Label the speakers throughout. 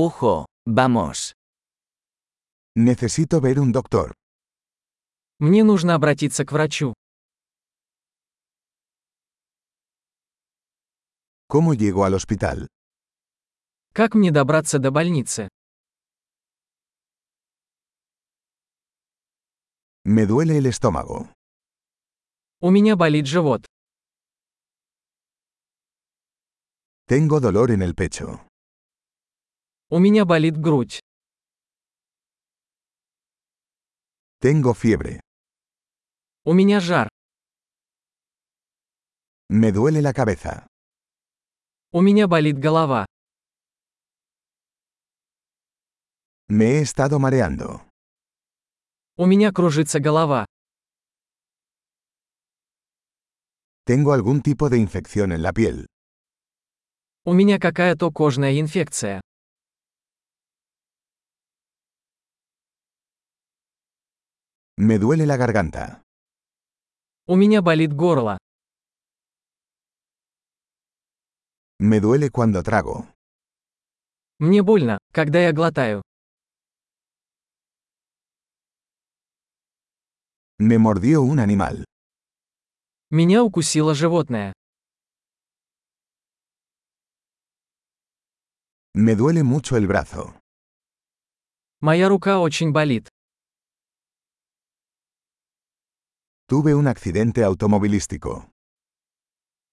Speaker 1: Ojo, vamos.
Speaker 2: Necesito ver un doctor.
Speaker 3: Мне нужно обратиться к врачу.
Speaker 2: ¿Cómo llego al hospital?
Speaker 3: Как мне добраться до больницы?
Speaker 2: Me duele el estómago.
Speaker 3: У меня болит живот.
Speaker 2: Tengo dolor en el pecho.
Speaker 3: У меня болит грудь.
Speaker 2: Tengo fiebre.
Speaker 3: У меня жар.
Speaker 2: Me duele la cabeza.
Speaker 3: У меня болит голова.
Speaker 2: Me he estado mareando.
Speaker 3: У меня кружится голова.
Speaker 2: Tengo algún tipo de infección en la piel.
Speaker 3: У меня какая-то кожная инфекция.
Speaker 2: Me duele la garganta.
Speaker 3: У меня болит горло.
Speaker 2: Me duele cuando trago.
Speaker 3: Мне больно, когда я глотаю.
Speaker 2: Me mordió un animal.
Speaker 3: Меня укусило животное.
Speaker 2: Me duele mucho el brazo.
Speaker 3: Моя рука очень болит.
Speaker 2: Tuve un accidente automovilístico.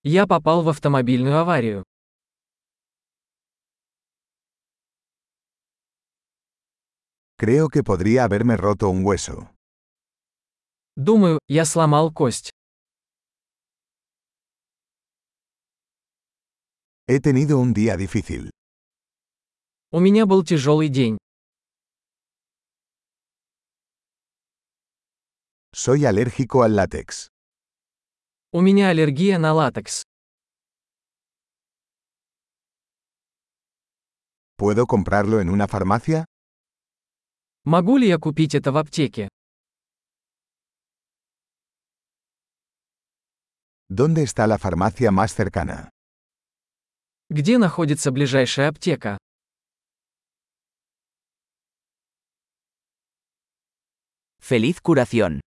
Speaker 3: Я попал в автомобильную аварию.
Speaker 2: Creo que podría haberme roto un hueso.
Speaker 3: Думаю, я сломал кость.
Speaker 2: He tenido un día difícil.
Speaker 3: У меня был тяжелый день.
Speaker 2: Soy alérgico al látex.
Speaker 3: У меня аллергия на латекс.
Speaker 2: ¿Puedo comprarlo en una farmacia?
Speaker 3: Могу ли я купить это в аптеке?
Speaker 2: ¿Dónde está la farmacia más cercana?
Speaker 3: Где находится ближайшая аптека?
Speaker 1: Feliz curación.